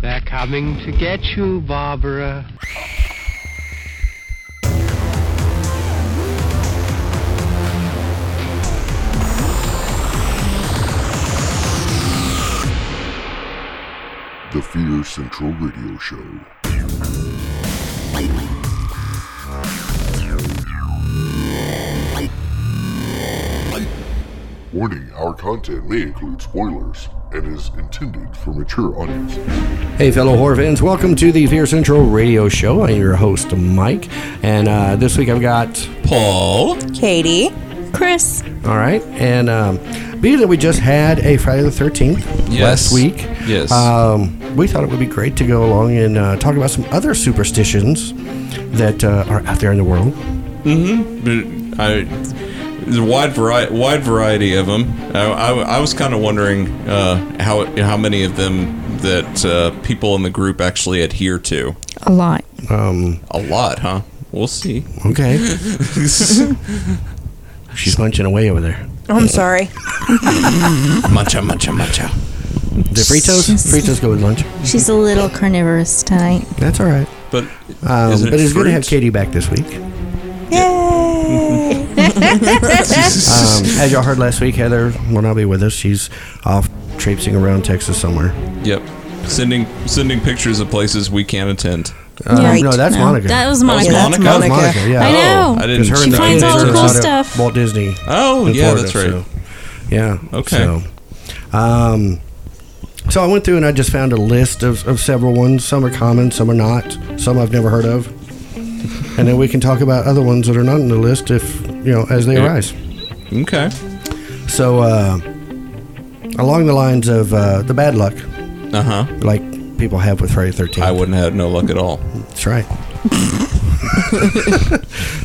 They're coming to get you, Barbara. The Fear Central Radio Show. Warning our content may include spoilers and is intended for mature audiences. Hey, fellow horror fans, welcome to the Fear Central Radio Show. I'm your host, Mike, and uh, this week I've got Paul. Katie. Chris. all right, and um, being that we just had a Friday the 13th last Yes. week, Yes. um, we thought it would be great to go along and uh, talk about some other superstitions that uh, are out there in the world. But I, there's a wide variety, wide variety of them. I, I- I was kind of wondering uh, how how many of them that uh, people in the group actually adhere to. A lot. A lot, huh? We'll see. Um, Okay, she's punching away over there. Oh, I'm sorry. Mancha, mancha, mancha. The Fritos, Fritos go with lunch. She's a little carnivorous tonight. That's all right. But Um, isn't but it's good to fruit? have Katie back this week. Yay! Um, as y'all heard last week, Heather will not be with us. She's off traipsing around Texas somewhere. Yep. Sending sending pictures of places we can't attend. Um, Right. No, that's Monica. That was was Monica. Monica? That was Monica. Monica. Yeah. I know. I didn't. Because her She and the finds all kids the are cool out at stuff. Walt Disney. Oh, in yeah, Florida, that's right. so- yeah. Okay. So, um, so I went through and I just found a list of, of several ones. Some are common, some are not. Some I've never heard of. And then we can talk about other ones that are not in the list if you know as they Yeah. arise. Okay. So, uh, along the lines of uh, the bad luck, Uh huh. like people have with Friday Thirteenth. I wouldn't have no luck at all. That's right. All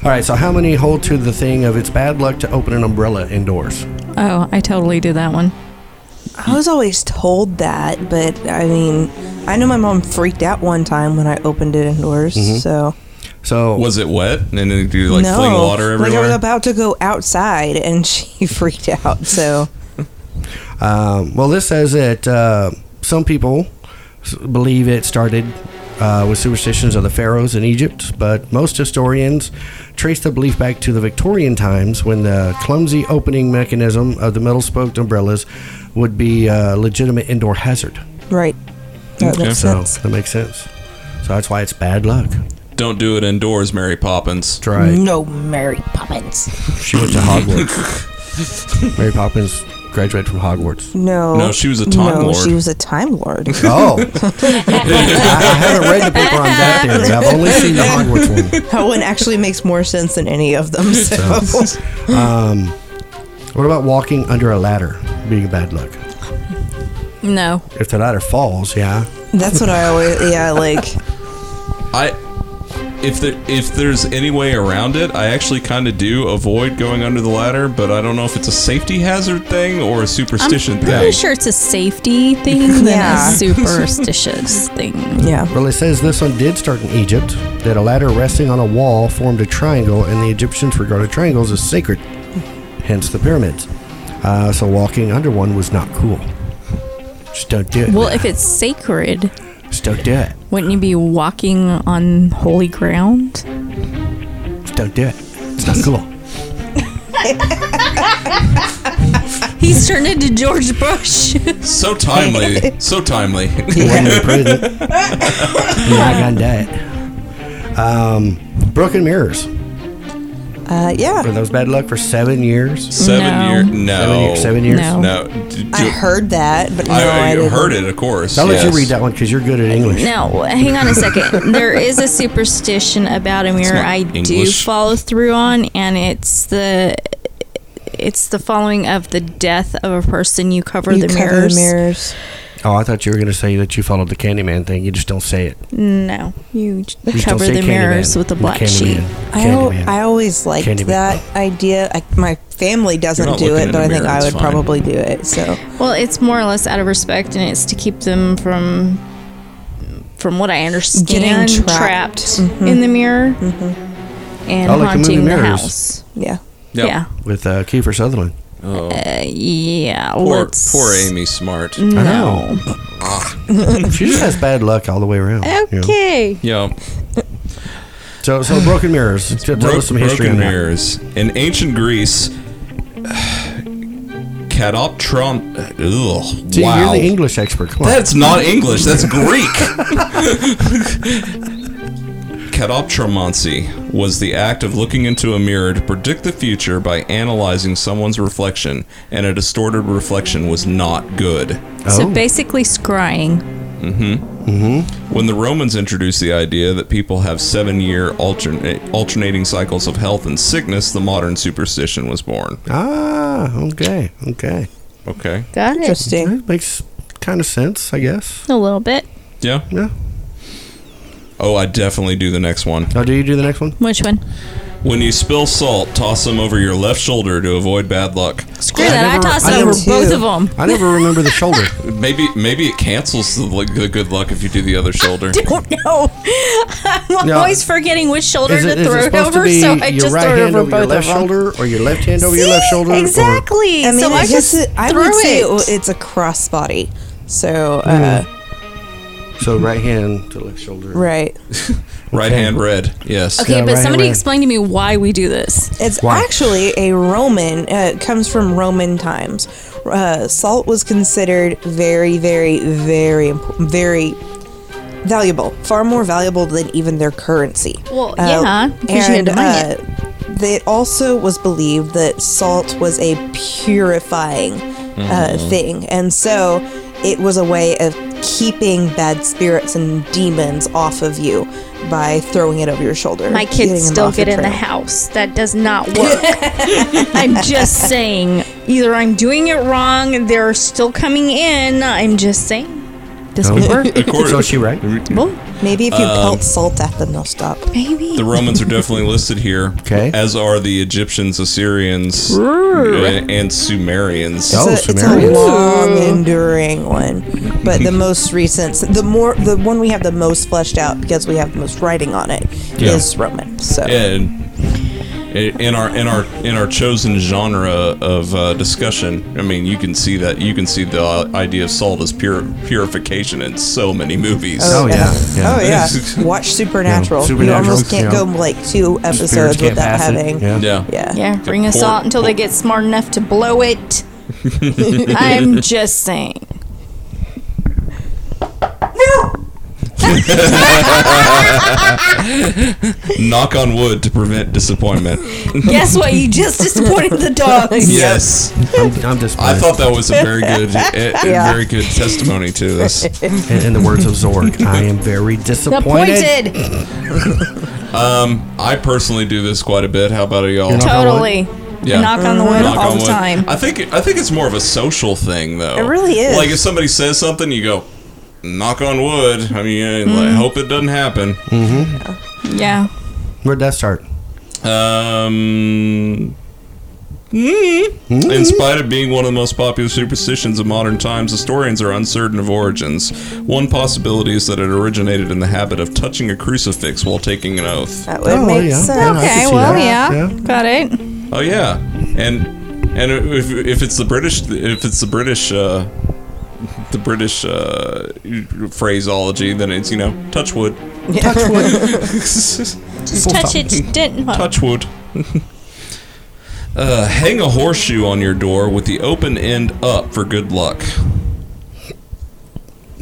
right. So, how many hold to the thing of it's bad luck to open an umbrella indoors? Oh, I totally did that one. I was always told that, but I mean, I know my mom freaked out one time when I opened it indoors. So So, Was it wet? And then do you Mm-hmm. like no, fling water like I everywhere? was about to go outside and she freaked out. So um, well, this says that uh, some people s- believe it started uh, with superstitions of the pharaohs in Egypt, but most historians trace the belief back to the Victorian times when the clumsy opening mechanism of the metal spoked umbrellas would be a legitimate indoor hazard. right. That Okay. makes So, sense. that makes sense. So, that's why it's bad luck. Don't do it indoors, Mary Poppins. That's right. No Mary Poppins. She went to Hogwarts. Mary Poppins graduated from Hogwarts. No. No, she was a Time no, Lord. She was a Time Lord. Oh, I, I haven't read the paper on that theory. I've only seen the Hogwarts one. that one actually makes more sense than any of them. So. What about walking under a ladder being bad luck? No. If the ladder falls, yeah. That's what I always, yeah, like. I if there if there's any way around it, I actually kind of do avoid going under the ladder, but I don't know if it's a safety hazard thing or a superstition I'm pretty thing. sure it's a safety thing than Yeah. a superstitious thing. Yeah. Well, it says this one did start in Egypt, that a ladder resting on a wall formed a triangle, and the Egyptians regarded triangles as sacred, hence the pyramids. Uh, so walking under one was not cool. Just don't do it. Well, if it's sacred, Just don't do it. wouldn't you be walking on holy ground? Just don't do it. It's not cool. He's turned into George Bush. So timely, so timely. when you're pregnant. you're not gonna die. Um, broken mirrors. Uh, yeah. Were those bad luck for seven years? seven No. year, no, Seven, years. seven years. No. no. D- do- I heard that, but no, I, I, I didn't. heard it, of course. I'll let yes. you read that one because you're good at English. No, hang on a second. there is a superstition about a mirror not I do English. follow through on, and it's the it's the following of the death of a person. You cover, the, You cover mirrors. the mirrors. Oh, I thought you were gonna say that you followed the Candyman thing. You just don't say it. No, you j- You just don't cover say the Candyman. mirrors with a black Candyman. sheet. I, al- Candyman. I always liked Candyman. that idea. I, my family not doesn't do looking it, in but the I think mirror, I it's would fine. probably do it. So Well, it's more or less out of respect, and it's to keep them from, from what I understand, Getting trapped. in the mirror and I like the movie haunting the, Mirrors. house. yeah, Yep. Yeah, With uh, Kiefer Sutherland. Oh, Uh, yeah. poor, let's- Mm. poor Amy Smart. No. know. She just has bad luck all the way around. you know. Okay. Yeah. So, so broken mirrors. Tell Broke- us some history on broken that. mirrors. In ancient Greece, catoptron. Ugh, See, wow. you're the English expert. Come on. That's not English. That's Greek. Catoptromancy was the act of looking into a mirror to predict the future by analyzing someone's reflection, and a distorted reflection was not good. So Oh. basically, scrying. When the Romans introduced the idea that people have seven year altern- alternating cycles of health and sickness, the modern superstition was born. ah, okay, okay. Okay. Got it. Interesting. That makes kind of sense, I guess. A little bit. Yeah. Yeah. Oh, I definitely do the next one. Oh, do you do the next one? Which one? When you spill salt, toss them over your left shoulder to avoid bad luck. Screw I that. I never- tossed I it over never- both of them. I never remember the shoulder. Maybe maybe it cancels the, l- the good luck if you do the other shoulder. Don't know. I'm No. always forgetting which shoulder Is it, to is throw it it supposed to over, be so I your just right throw it hand over over, your both of left them. shoulder or your left hand over your left See? shoulder? or- Exactly. I mean, so I it's just just, I threw would say it. it- it's a crossbody. So, uh, Hmm. so right hand to left shoulder. right. Right Okay. hand red. Yes. Okay, Yeah, but right, somebody right. explain to me why we do this. It's Why? actually a Roman. Uh, it comes from Roman times. Uh, salt was considered very, very, very, imp- very valuable. Far more valuable than even their currency. Well, yeah, because you had to mine it. uh, It also was believed that salt was a purifying uh, thing, and so it was a way of keeping bad spirits and demons off of you by throwing it over your shoulder. My getting kids them still off your get in the trail. house. That does not work. I'm just saying. Either I'm doing it wrong, they're still coming in. I'm just saying. Oh. Doesn't work. According- So is she right? Well, Maybe if you pelt salt at them, they'll stop. maybe. The Romans are definitely listed here, Okay. as are the Egyptians, Assyrians, and, and Sumerians. Oh, it's, a, it's a Sumerians. long, enduring one, but the most recent, the more, the one we have the most fleshed out because we have the most writing on it is Yeah. Roman. So And in our in our in our chosen genre of uh, discussion, I mean, you can see that you can see the uh, idea of salt as pure, purification in so many movies. Oh, yeah. Oh yeah. yeah, watch Supernatural. You Supernatural, almost can't yeah. go like two Spirits episodes can't without pass it. having. Yeah. yeah, Yeah. yeah, bring us Pour- salt until they get smart enough to blow it. I'm just saying. Knock on wood to prevent disappointment. Guess what? You just disappointed the dogs. yes, I'm, I'm just. I thought that was a very good, a, a Yeah. very good testimony to this. In, in the words of Zorg, I am very disappointed. Appointed. I personally do this quite a bit. How about y'all? You're not- Knock on Totally. Yeah. Knock on the wood Knock all on the wood. time. I think I think it's more of a social thing, though. It really is. Like if somebody says something, you go, "Knock on wood." I mean, I like, Mm-hmm. hope it doesn't happen. Mm. yeah. Where'd that start? Um. mm. Mm. In spite of being one of the most popular superstitions of modern times, historians are uncertain of origins. One possibility is that it originated in the habit of touching a crucifix while taking an oath. That would make Oh, yeah, I sense. could Okay, see well, that. yeah. Got it. Oh yeah, and and if, if it's the British, if it's the British, uh, the British uh, phraseology, then it's you know touch wood, Touch wood. Just touch it. Didn't touch wood. uh, hang a horseshoe on your door with the open end up for good luck.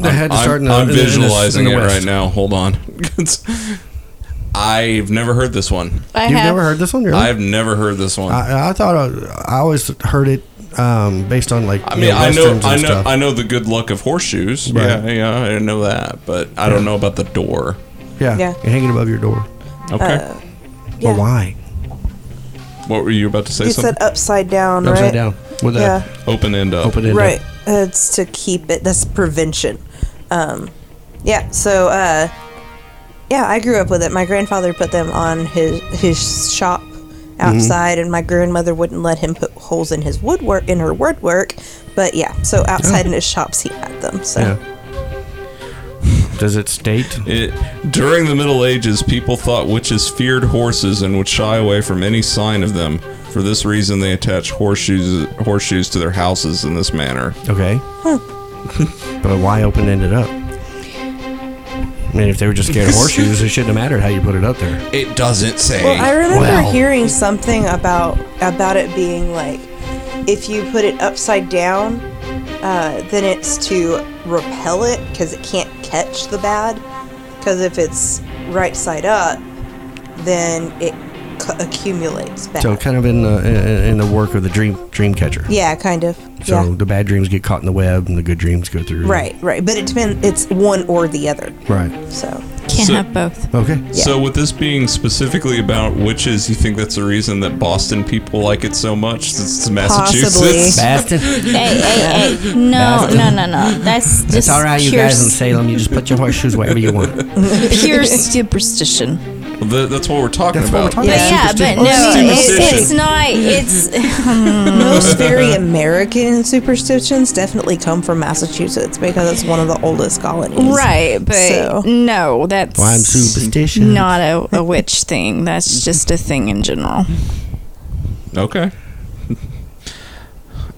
I had to start I'm, in the, I'm in the- in the- in the visualizing it West. right now. Hold on. I've never heard this one. I You've have. never heard this one, really? I've never heard this one. I, I thought I, I always heard it um, based on like I you mean, I know, westerns and I know, stuff. I know the good luck of horseshoes. Right. Yeah, yeah, I know that, but I don't know about the door. yeah, Yeah. you're hanging above your door. Okay, Yeah. But why? what were you about to say? You Something said uh, upside down, Upside right? down with a Yeah. open end up. open end. Right. Uh, it's to keep it. That's prevention. Um, yeah. So, uh, yeah, I grew up with it. My grandfather put them on his his shop outside, and my grandmother wouldn't let him put holes in his woodwork in her woodwork. But yeah, so outside in his shops, he had them. So Yeah. Does it state? It, during the Middle Ages, people thought witches feared horses and would shy away from any sign of them. For Hmm. this reason, they attach horseshoes horseshoes to their houses in this manner. Okay. but why open ended up? I mean, if they were just scared of horseshoes, it shouldn't have mattered how you put it up there. It doesn't say. Well, I remember Well. hearing something about about it being like if you put it upside down, uh, then it's to repel it because it can't catch the bad. Because if it's right side up, then it c- accumulates bad. So kind of in the in- in the work of the dream dream catcher. yeah, kind of. So yeah. the bad dreams get caught in the web, and the good dreams go through. Right, right. But it depends. It's one or the other. Right. So Can't So- have both. Okay. So, with this being specifically about witches, you think that's the reason that Boston people like it so much? Since it's Massachusetts. Bastin. Hey, hey, hey. No, no, no, no. That's just It's all right, you pure, guys in s- Salem. You just put your horseshoes wherever you want. pure superstition. Well, th- that's what we're talking That's what about. we're talking But about. yeah, but Superstition. no, it's, Superstition. it's not. It's most very American superstitions definitely come from Massachusetts because it's one of the oldest colonies. right, but So- no, that's Well, I'm superstitious. Not a, a witch thing. That's just a thing in general. Uh-huh. Okay.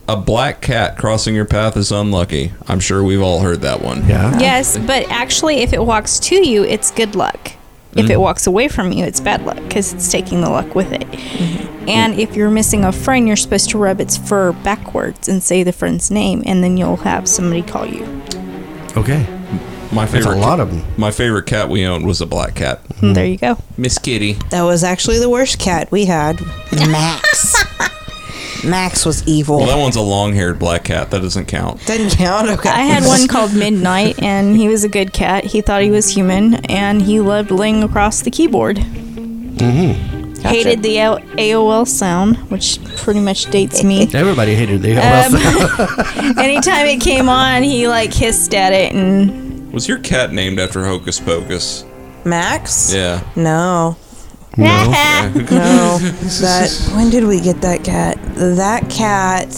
A black cat crossing your path is unlucky. I'm sure we've all heard that one. Yeah. Yes, but actually, if it walks to you, it's good luck. If Mm-hmm. it walks away from you, it's bad luck because it's taking the luck with it. Mm-hmm. And if you're missing a friend, you're supposed to rub its fur backwards and say the friend's name, and then you'll have somebody call you. Okay. My There's a favorite lot of them. My favorite cat we owned was a black cat. Hmm. And there you go. Miss Kitty. That was actually the worst cat we had. Max. Max was evil. Well, that one's a long-haired black cat. That doesn't count. Didn't count. Okay. I had one called Midnight, and he was a good cat. He thought he was human, and he loved laying across the keyboard. Mm-hmm. Hated the A- AOL sound, which pretty much dates me. Everybody hated the Um, AOL. anytime it came on, he like hissed at it and Was your cat named after Hocus Pocus? Max. Yeah. No. no. No. that. When did we get that cat? That cat.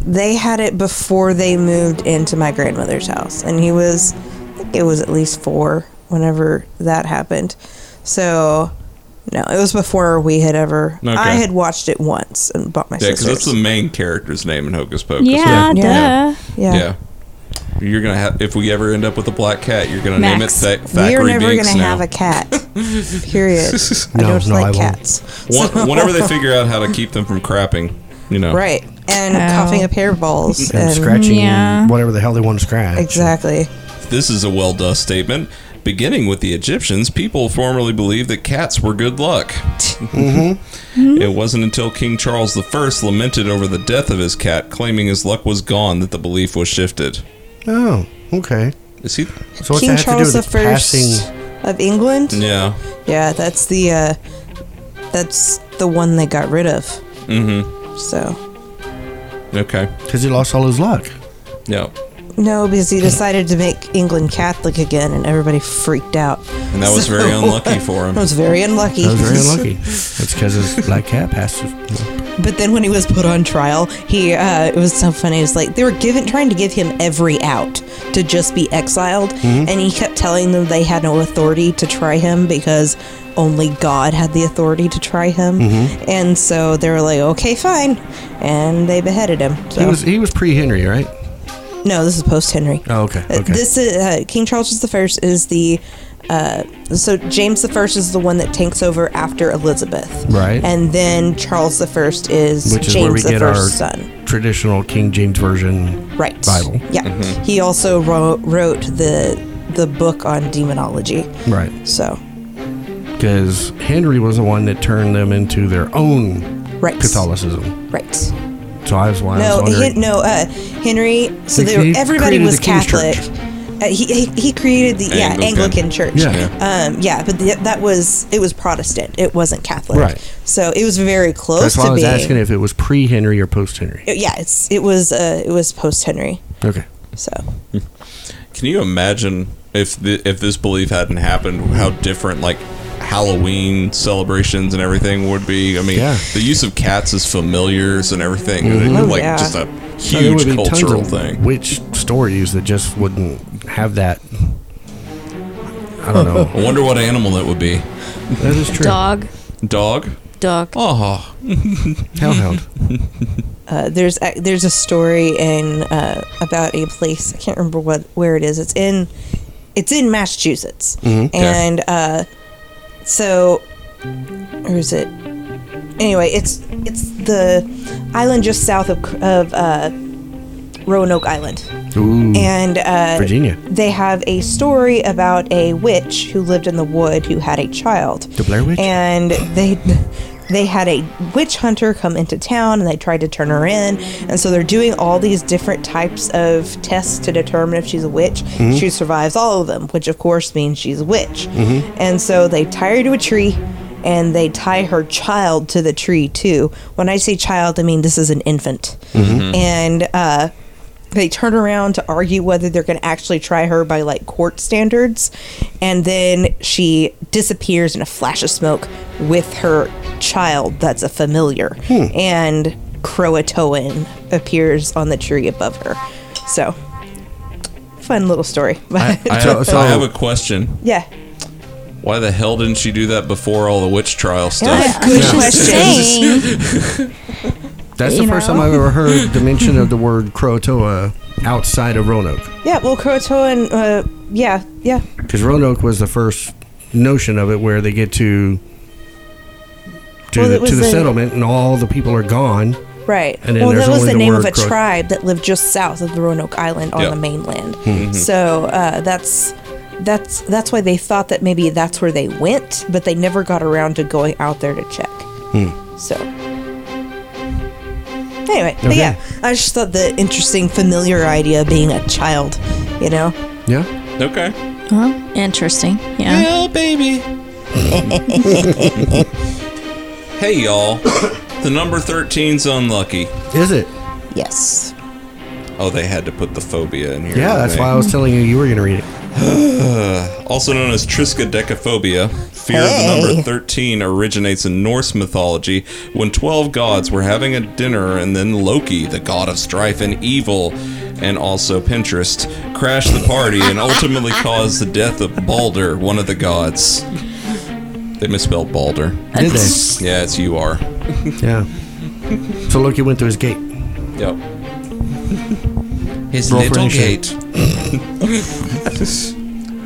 They had it before they moved into my grandmother's house, and he was. I think it was at least four whenever that happened. So. No, it was before we had ever. Okay. I had watched it once and bought my Yeah, because that's sister's. the main character's name in Hocus Pocus. yeah, Yeah. duh. Yeah. You're gonna have if we ever end up with a black cat, you're gonna Max. name it Tha- We Thackeray are never Binks going to now. have a cat. Period. I No, don't no, I like won't. cats. One- So- whenever they figure out how to keep them from crapping, you know. right. And coughing up hairballs. and and scratching Yeah. whatever the hell they want to scratch. Exactly. This is a well dust statement. Beginning with the Egyptians, people formerly believed that cats were good luck. Mm-hmm. It wasn't until King Charles I lamented over the death of his cat, claiming his luck was gone, that the belief was shifted. Oh, okay. Is he? So what's King that have to do Charles the with the First passing? of England. Yeah. Yeah. that's the uh, that's the one they got rid of. Mm-hmm. So Okay. Because he lost all his luck. Yeah. no, because he decided to make England Catholic again, and everybody freaked out. And that was very unlucky for It him. was very unlucky. That was very unlucky. That's because his black cat passed. his- But then when he was put on trial, he uh, it was so funny. It was like they were giving trying to give him every out to just be exiled, Mm-hmm. and he kept telling them they had no authority to try him because only God had the authority to try him. Mm-hmm. And so they were like, "Okay, fine," and they beheaded him. So. He was he was pre Henry, right? no, this is post Henry. Oh, okay. Uh, Okay. This is uh, King Charles the First is the uh, so James the First is the one that takes over after Elizabeth, Right. And then Charles the First is Which is where we James the get our First's son. traditional King James version. right Bible. yeah he also wrote, wrote the the book on demonology Right. so Because Henry was the one that turned them into their own right Catholicism. right So I was why I was no wondering. he, no uh henry so He- they were, he everybody created was the King's Church. catholic uh, he, he, he created the yeah Anglican. anglican church Yeah. um yeah but the, that was it was protestant it wasn't catholic Right. so it was very close That's why to I was being asking if it was pre Henry or post Henry. yeah it's it was uh it was post henry Okay. so Can you imagine if the, if this belief hadn't happened, how different like Halloween celebrations and everything would be? I mean, Yeah. the use of cats as familiars and everything, Oh, like yeah. just a So there huge would be tons cultural of thing. Which stories that just wouldn't have that? I don't know. I wonder what animal that would be. that is true. Dog, Dog? dog. Oh, Hellhound. Uh, there's a, there's a story in uh, about a place I can't remember what where it is. It's in it's in Massachusetts, and uh, so or is it? Anyway, it's it's the island just south of of uh, Roanoke Island, Ooh, and uh, Mm. Virginia. they have a story about a witch who lived in the wood who had a child. The Blair Witch? And they they had a witch hunter come into town and they tried to turn her in. And so they're doing all these different types of tests to determine if she's a witch. Mm-hmm. She survives all of them, which of course means she's a witch. Mm-hmm. And so they tie her to a tree and they tie her child to the tree too. When I say child, I mean this is an infant. Mm-hmm. And uh they turn around to argue whether they're going to actually try her by like court standards and then she disappears in a flash of smoke with her child that's a familiar Hmm. and croatoan appears on the tree above her so fun little story but I, So- have, so- I have a question. yeah Why the hell didn't she do that before all the witch trial stuff? good Just saying. That's the You first know? time I've ever heard the mention of the word Croatoa outside of Roanoke. yeah well croatoan uh, yeah yeah Because Roanoke was the first notion of it where they get to to Well, it the, to was the a- settlement and all the people are gone. Right. And then well, there's that was only the the, name of word a crook. tribe that lived just south of the Roanoke Island on Yeah. the mainland. Mm-hmm. So uh, that's that's that's why they thought that maybe that's where they went, but they never got around to going out there to check. So. Anyway, but Okay. yeah, I just thought the interesting familiar idea of being a child, you know? Yeah. Okay. Huh? Interesting. Yeah. Well, baby. hey, y'all. The number 13's unlucky. Is it? Yes. Oh, they had to put the phobia in here. Yeah, didn't that's they? why I was telling you you were going to read it. Also known as triskaidekaphobia, fear of the Hey. number 13 originates in Norse mythology when 12 gods were having a dinner and then Loki, the god of strife and evil, and also Pinterest, crashed the party and ultimately caused the death of Balder, one of the gods. They misspelled Balder. Did they? Yeah, it's you are. Yeah. So Loki went through his gate. Yep. His Roll for little initiative. gate.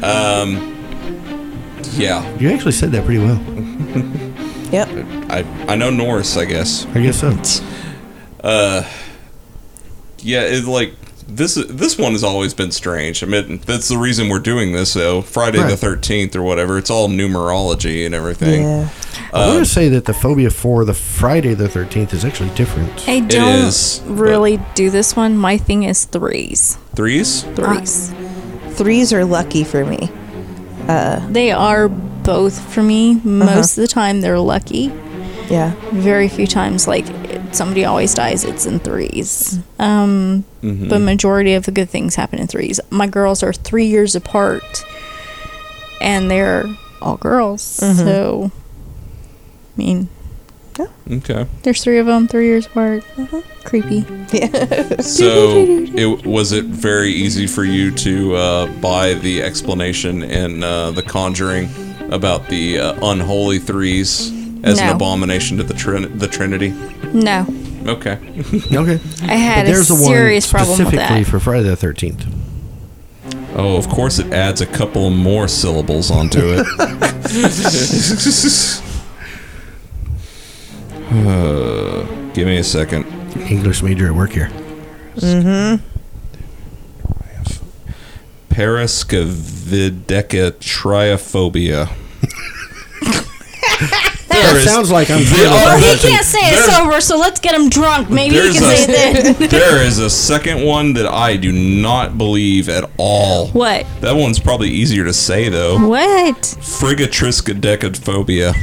um, yeah, You actually said that pretty well. Yep. I I know Norse, I guess. I guess so. Yeah, it's like this this one has always been strange. I mean, that's the reason we're doing this. So Friday the Right. Thirteenth or whatever, it's all numerology and everything. Yeah. I um, want to say that the phobia for the Friday the 13th is actually different. I don't is, but- really do this one. My thing is threes. Threes. Threes. Threes are lucky for me. They are both for me. Most of the time, they're lucky. Yeah. very few times like it- somebody always dies it's in threes um Mm-hmm. but majority of the good things happen in threes my girls are three years apart and they're all girls Mm-hmm. so i mean Okay. there's three of them three years apart Uh-huh. creepy So it was it very easy for you to uh, buy the explanation in uh, The Conjuring about the uh, unholy threes as an No. abomination to the trin- the Trinity. no Okay. Okay. i had a serious problem with specifically that for Friday the 13th. Oh, of course it adds a couple more syllables onto it. Uh, give me a second. English major at work here. Parascavidecatriophobia. That there is- sounds like I'm There feeling are- he can't say it There's- sober so let's get him drunk maybe he There's can a- say it then there is a second one that I do not believe at all. what That one's probably easier to say though. what Frigatriscadecaphobia.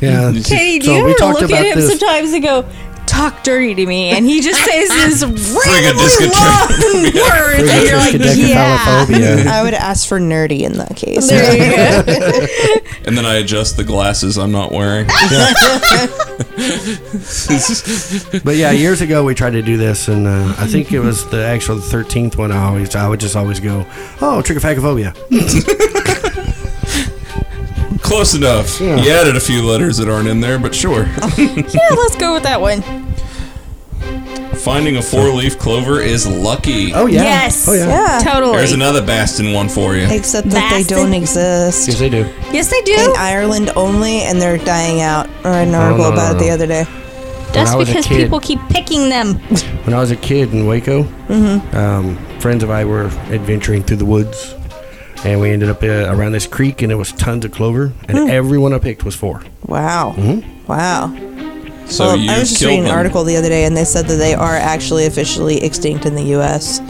Yeah. Katie, do So you we ever talked look at about him this- sometimes and go, talk dirty to me? And he just says this randomly Frigadiscotri- long words, and you're like, yeah. Frigadiscodecaphallophobia. I would ask for nerdy in that case. There you go. And then I adjust the glasses I'm not wearing. But yeah, years ago we tried to do this, and uh, I think it was the actual thirteenth one. I always, I would just always go, "Oh, trichophagophobia." Close enough. Yeah. You added a few letters that aren't in there, but sure. Yeah, let's go with that one. Finding a four-leaf clover is lucky. Oh yeah. Yes. Oh yeah. Yeah. Totally. There's another Bastin one for you. Except that they Bastard. don't exist. Yes, they do. yes, they in do. Ireland only, and they're dying out. I read an article no, no, about it no. the other day. That's I was a because kid- people keep picking them. When I was a kid in Waco, Mm-hmm. um, friends of I were adventuring through the woods, and we ended up uh, around this creek, and it was tons of clover, and Hmm. everyone I picked was four. Wow. Wow. So well, you I was just killed reading an them. article the other day, and they said that they are actually officially extinct in the U.S.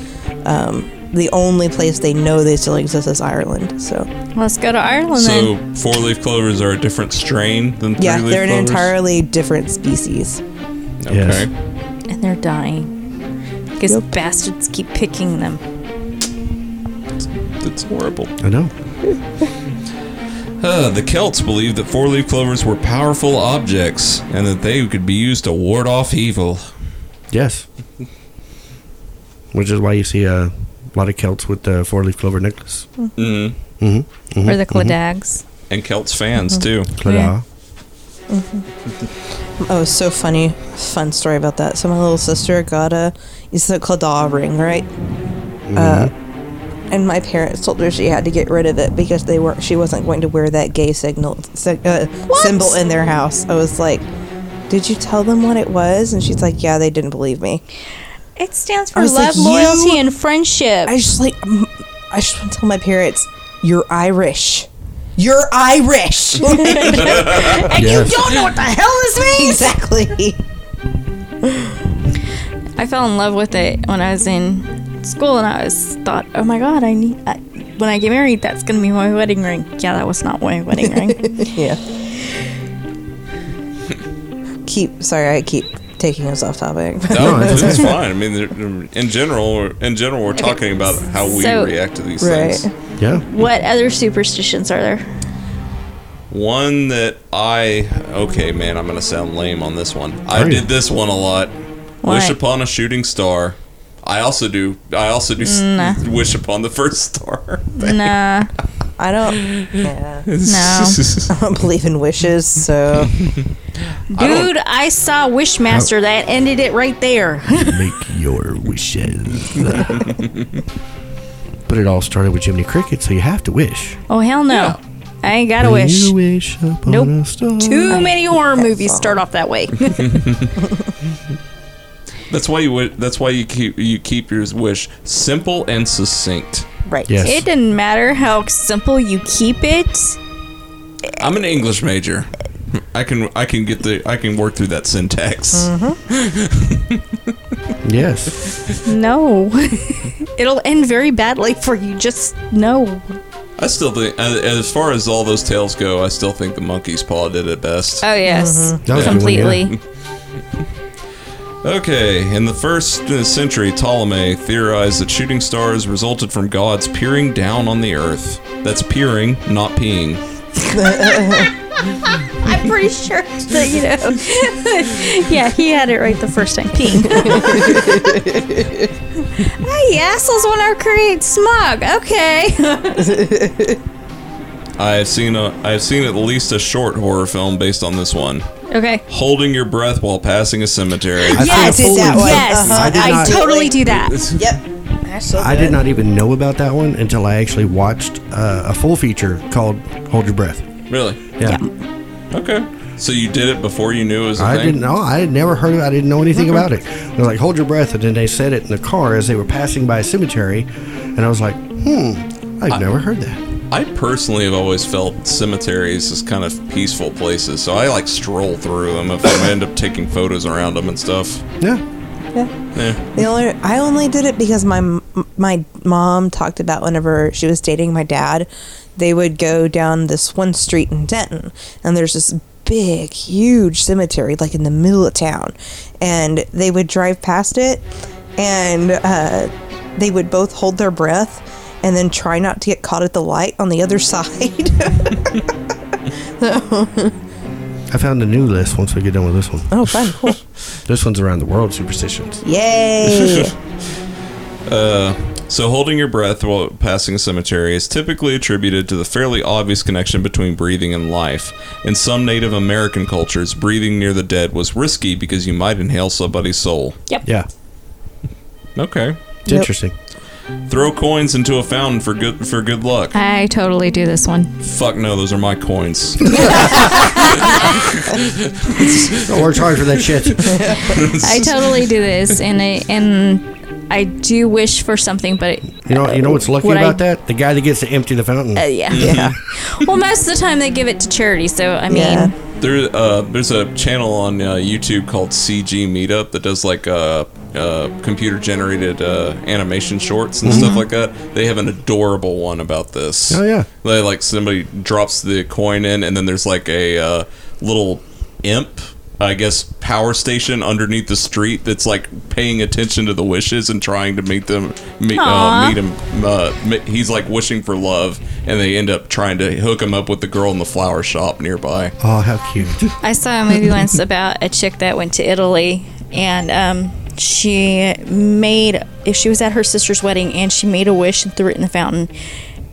Um, the only place they know they still exist is Ireland. So Let's go to Ireland So then. four-leaf clovers are a different strain than three-leaf yeah, clovers. they're an entirely different species. Okay. Yes. And they're dying. Because Yep. bastards keep picking them. That's horrible. I know. Uh, the Celts believed that four leaf clovers were powerful objects and that they could be used to ward off evil. Yes. Which is why you see uh, a lot of Celts with the four-leaf clover necklace. Mm. Or the Cladags. And Celts fans, Mm-hmm. too. Ta-da. Oh, it's so funny. Fun story about that. So my little sister got a it's a claw ring, right? Uh, and my parents told her she had to get rid of it because they were she wasn't going to wear that gay signal sig- uh, symbol in their house. I was like, "Did you tell them what it was?" And she's like, "Yeah, they didn't believe me." It stands I for was love, like, you- loyalty, and friendship. I was just like "Mm, I just want to tell my parents, "You're Irish." You're Irish. and you don't know what the hell this means! exactly. I fell in love with it when I was in school, and I was thought, oh my god, I need. I, when I get married, that's gonna be my wedding ring. Yeah, that was not my wedding ring. Yeah. keep sorry, I keep taking us off topic. No, it's fine. I mean, they're- in general, in general, we're talking about how we so- react to these Right. things. Yeah. what other superstitions are there? One that I okay, man, I'm gonna sound lame on this one. I Are you? did this one a lot. Wish What? upon a shooting star. I also do. I also do. s- Wish upon the first star. Nah, I don't yeah. no, I don't believe in wishes, so don't- dude, I saw Wishmaster. That ended it right there. Make your wishes. but it all started with Jiminy Cricket, so you have to wish. oh hell no, I ain't got a wish. You wish upon Nope. a star. Too many horror movies song. start off that way. That's why you. wi- That's why you keep you keep your wish simple and succinct. right. Yes. it didn't matter how simple you keep it. I'm an English major. I can I can get the I can work through that syntax. Yes. No, it'll end very badly for you. Just no. I still think, as, as far as all those tales go, I still think the monkey's paw did it best. Uh, Oh yes, That was a good one, yeah. completely. Okay, in the first uh, century, Ptolemy theorized that shooting stars resulted from gods peering down on the earth. That's peering, not peeing. I'm pretty sure that you know. yeah, he had it right the first time. Peeing. hey, assholes want to create smog. Okay. I have seen a I have seen at least a short horror film based on this one. Okay. Holding your breath while passing a cemetery. yes, did that one. yes, Uh-huh. I, I did not- totally do that. Yep. I did not even know about that one until I actually watched uh, a full feature called "Hold Your Breath." really? Yeah, Okay. So you did it before you knew it was a I thing? didn't know. I had never heard of. it. I didn't know anything Mm-hmm. about it. They're like, "Hold your breath," and then they said it in the car as they were passing by a cemetery, and I was like, "Hmm, I've never heard that." I personally have always felt cemeteries as kind of peaceful places, so I like stroll through them if I end up taking photos around them and stuff. Yeah, The only I only did it because my m- my mom talked about whenever she was dating my dad, they would go down this one street in Denton, and there's this big, huge cemetery like in the middle of town, and they would drive past it, and uh, they would both hold their breath. And then try not to get caught at the light on the other side. I found a new list once we get done with this one. oh, fun! Cool. This one's around the world superstitions. Yay! So, holding your breath while passing a cemetery is typically attributed to the fairly obvious connection between breathing and life. In some Native American cultures, breathing near the dead was risky because you might inhale somebody's soul. Yep. Yeah. Okay. It's Yep. interesting. Throw coins into a fountain for good for good luck. I totally do this one. Fuck no, those are my coins. Oh, we're charged for that shit. I totally do this, and I and I do wish for something, but it, You know, you know what's lucky What I- about that? The guy that gets to empty the fountain. uh, yeah. Yeah. Well, most of the time they give it to charity, so I mean, Yeah. There, uh, there's a channel on uh, YouTube called CG Meetup that does like uh, uh, computer generated uh, animation shorts and stuff like that. They have an adorable one about this. Mm-hmm. Oh, yeah. they like somebody drops the coin in, and then there's like a uh, little imp. I guess power station underneath the street that's like paying attention to the wishes and trying to meet them meet, uh, Aw. meet him uh, mi- he's like wishing for love and they end up trying to hook him up with the girl in the flower shop nearby. Oh, how cute. I I saw a movie once about a chick that went to Italy and um, she made if she was at her sister's wedding and she made a wish and threw it in the fountain.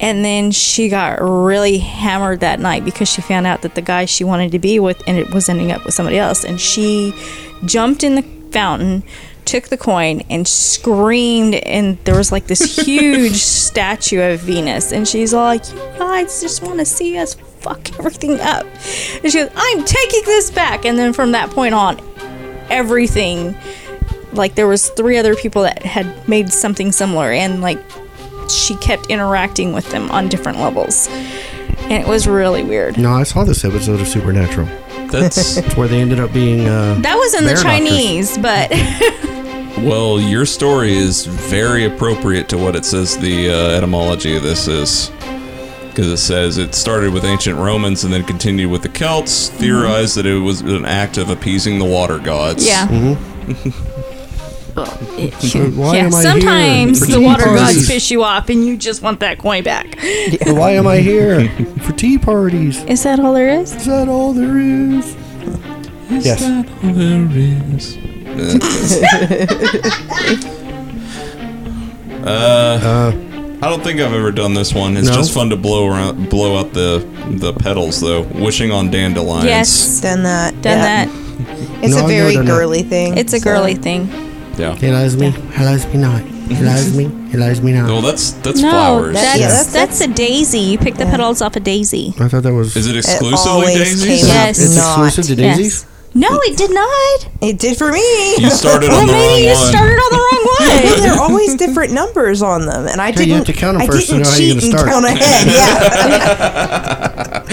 And then she got really hammered that night because she found out that the guy she wanted to be with and it was ending up with somebody else. And she jumped in the fountain, took the coin, and screamed. And there was like this huge statue of Venus. And she's all like, You guys just want to see us fuck everything up. And she goes, I'm taking this back. And then from that point on, everything like there was three other people that had made something similar and like she kept interacting with them on different levels and it was really weird no, I saw this episode of Supernatural. That's It's where they ended up being. Uh, that was in bear doctors. the chinese but Well, your story is very appropriate to what it says the uh, etymology of this is. Because it says it started with ancient Romans and then continued with the Celts, Mm-hmm. theorized that it was an act of appeasing the water gods. yeah Mm-hmm. Why Oh, yeah am I here? sometimes For the tea water parties. gods piss you off and you just want that coin back Why am I here? For tea parties. is that all there is Is that all there is? Yes. I don't think I've ever done this one. It's No? just fun to blow around, blow out the the petals, though. Wishing on dandelions. yes Done that. done yeah. that It's No, a I've never very done that. girly thing. it's a so- girly thing Yeah. He loves me. He loves me not. He loves me. He loves me not. Well, that's that's no flowers. that's, Yeah, that's that's- a daisy you pick the petals off a daisy I thought that was. is it It exclusively always daisies? came Yeah. up Yes. It's not. exclusive to daisies. yes no it did not It did for me. You started on the wrong Maybe you one. started on the wrong Well, one. there are always different numbers on them, and I Hey, didn't. you have to count 'em I first to didn't know how you're cheat gonna and start. count ahead. Yeah,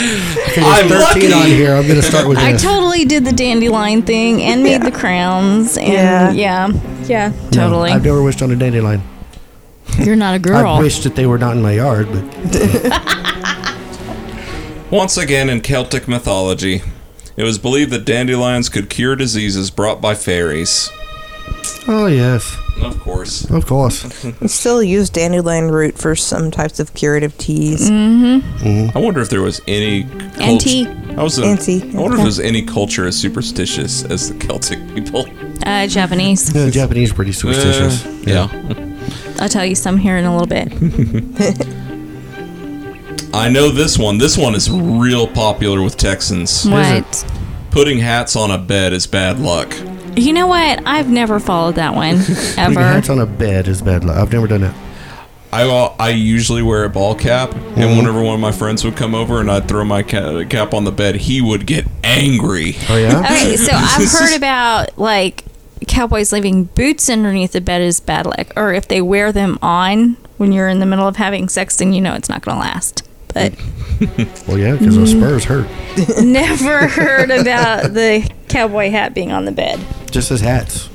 Okay, there's I'm 13 lucky. on here. I'm gonna start with I this. totally did the dandelion thing and made the crowns and yeah, yeah, No, totally. I've never wished on a dandelion. You're not a I girl. wished that they were not in my yard, but Once again in Celtic mythology, it was believed that dandelions could cure diseases brought by fairies. oh yes, Of course. of course. You still use dandelion root for some types of curative teas. Mm. I wonder if there was any culture. Anti. I was a, Anti. I wonder if there's any culture as superstitious as the Celtic people. Uh, Japanese. The Japanese are pretty superstitious. Uh, yeah. I'll tell you some here in a little bit. I know this one. This one is real popular with Texans. What? Putting hats on a bed is bad luck. You know what? I've never followed that one Putting ever. hats on a bed is bad luck. I've never done that. I will- I usually wear a ball cap, and Mm-hmm. whenever one of my friends would come over and I'd throw my ca- cap on the bed, he would get angry. Oh yeah. Okay, so I've heard about like cowboys leaving boots underneath the bed is bad luck, or if they wear them on when you're in the middle of having sex, then you know it's not going to last. But Well yeah, because Mm. those spurs hurt. never heard about the cowboy hat being on the bed. Just as hats.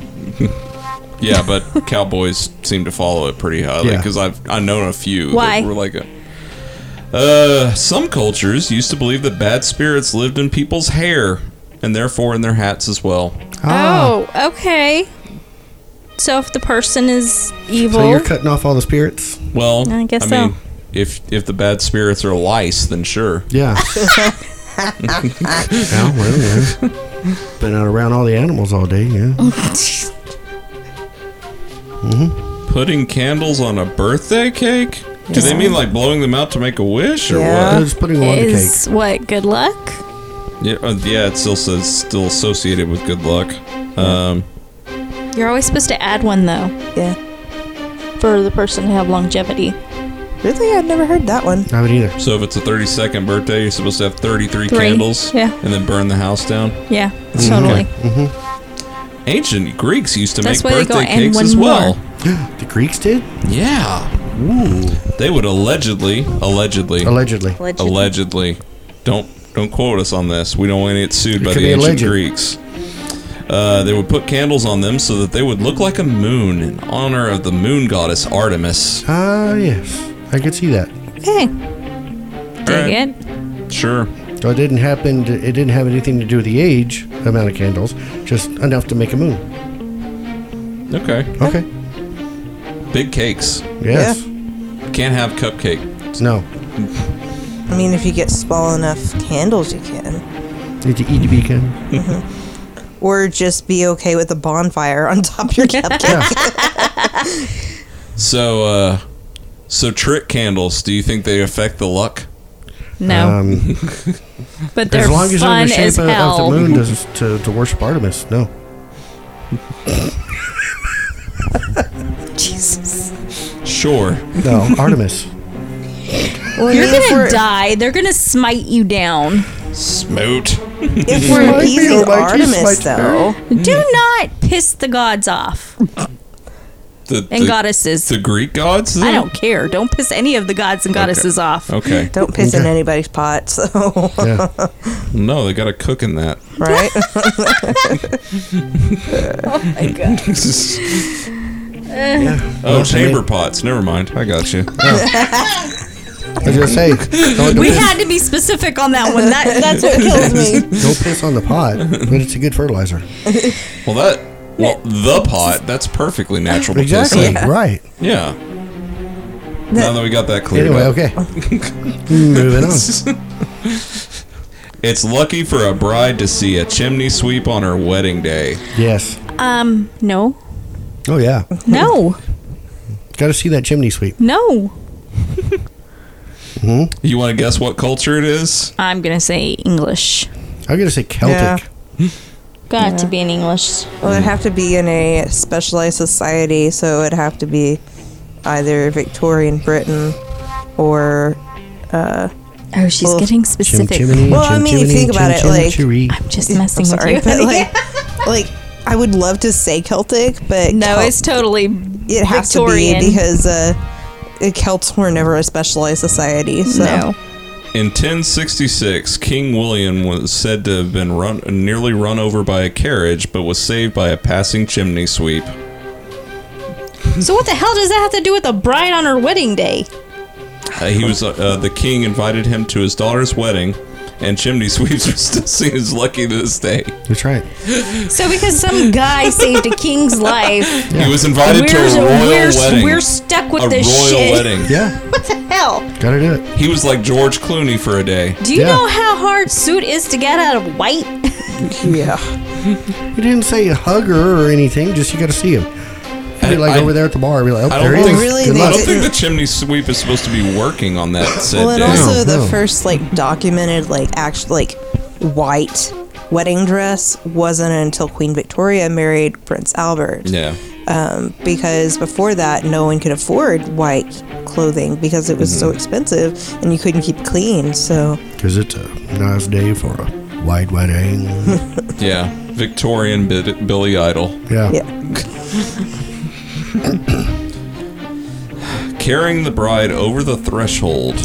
Yeah, but cowboys seem to follow it pretty highly Yeah. because I've I known a few. that Why? were like a- uh, some cultures used to believe that bad spirits lived in people's hair and therefore in their hats as well. Ah. Oh, okay. So if the person is evil, So you're cutting off all the spirits. Well, I guess so. if if the bad spirits are lice, then sure. Yeah. yeah, well, yeah. Uh-huh. Been out around all the animals all day, yeah. putting candles on a birthday cake? Do they mean like blowing them out to make a wish or Yeah. I was putting on the cake. Is what good luck? what? Yeah, uh, yeah, it still says still associated with good luck. Um, You're always supposed to add one though Yeah. for the person to have longevity. Really? I'd never heard that one. I haven't either. so if it's a 32nd birthday, you're supposed to have 33 Three, candles yeah. and then burn the house down. Yeah, Mm-hmm. totally. Ancient Greeks used to That's make why they go, birthday "And cakes one as well. more." The Greeks did? Yeah. Ooh. They would allegedly, allegedly, Allegedly. allegedly. Don't don't quote us on this. We don't want to get sued by could the be a ancient legend. Greeks. Uh, they would put candles on them so that they would look like a moon in honor of the moon goddess Artemis. Ah, yes. I could see that. Okay. Dig Alright. it. Sure. So it didn't happen. To, it didn't have anything to do with the age amount of candles, just enough to make a moon. Okay. Okay. Big cakes. Yes. Can't have cupcake. No. I mean, if you get small enough candles, you can. Need to eat the beacon. Or just be okay with a bonfire on top of your cupcake. So uh, so trick candles. Do you think they affect the luck? No, Um, but they're as long as fun it's in the as shape of, of hell. the moon to, to, to worship Artemis. No. Sure. No. Artemis. Well, I You're mean, if gonna we're- die. They're gonna smite you down. Smoot. If Smite we're me, oh appeasing my Artemis, Jesus, my though, Do Mm. not piss the gods off The, and the, goddesses. the Greek gods? I don't care. Don't piss any of the gods and goddesses off. Okay. don't piss in anybody's pot, so. Yeah. No, they got to cook in that. right? Oh, chamber pots. Never mind. I got you. I was gonna say. Don't, don't, We piss, had to be specific on that one. That, that's what kills me. don't piss on the pot, but it's a good fertilizer. Well, that. Well, the pot. That's perfectly natural. to piss Exactly. in. Right. Yeah. Now that we got that cleared Anyway, up. okay. Moving on. It's lucky for a bride to see a chimney sweep on her wedding day. Yes. Um, no, Oh yeah. no, Got to see that chimney sweep. no. You want to guess what culture it is? I'm gonna say English. I'm gonna say Celtic. Got to be in English. Well, it'd have to be in a specialized society, so it'd have to be either Victorian Britain or. Oh, she's Well, getting Chim specific. chimney. Well, I chim mean, if you chimney, think about chim it, chim like- chiree. I'm just messing Sorry, with you. but like, like I would love to say Celtic, but no, Cel- it's totally Oh. it has Victorian. to be because uh, uh, Celts were never a specialized society. So no. In 1066, King William was said to have been run, nearly run over by a carriage, but was saved by a passing chimney sweep. Uh, So what the hell does that have to do with a bride on her wedding day? Uh, he was uh, uh, the king invited him to his daughter's wedding, and chimney sweeps are still seen as lucky to this day. That's right. So because some guy saved a king's life, He was invited we're, to a royal we're, wedding. we're stuck with a this royal shit. wedding. Yeah. What the hell? Got to do it. He was like George Clooney for a day. Do you Yeah. know how hard suit is to get out of white? yeah, You didn't say hug her or anything. Just you got to see him. You'd be like I- over there at the bar. Be like, oh, I there don't he think, is. Really, Good they I luck. don't think didn't- the chimney sweep is supposed to be working on that said well, and day. also the no. first like documented like act like white wedding dress wasn't until Queen Victoria married Prince Albert. yeah. um, because before that, no one could afford white clothing because it was so Mm-hmm. expensive and you couldn't keep clean. So, Because it's a nice day for a wide wedding. Yeah. Victorian Bi- Billy Idol. Yeah. yeah. Carrying the bride over the threshold.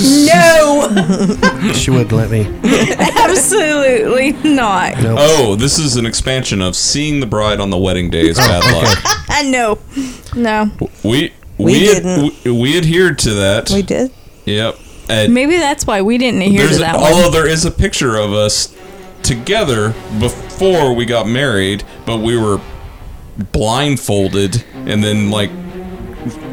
No, She wouldn't let me. absolutely not. Oh, this is an expansion of seeing the bride on the wedding day is bad luck. I know. No. We we We ad- didn't. we, we adhered to that. We did. Yep. And Maybe that's why we didn't adhere There's to that a, one. although there is a picture of us together before we got married, but we were blindfolded and then like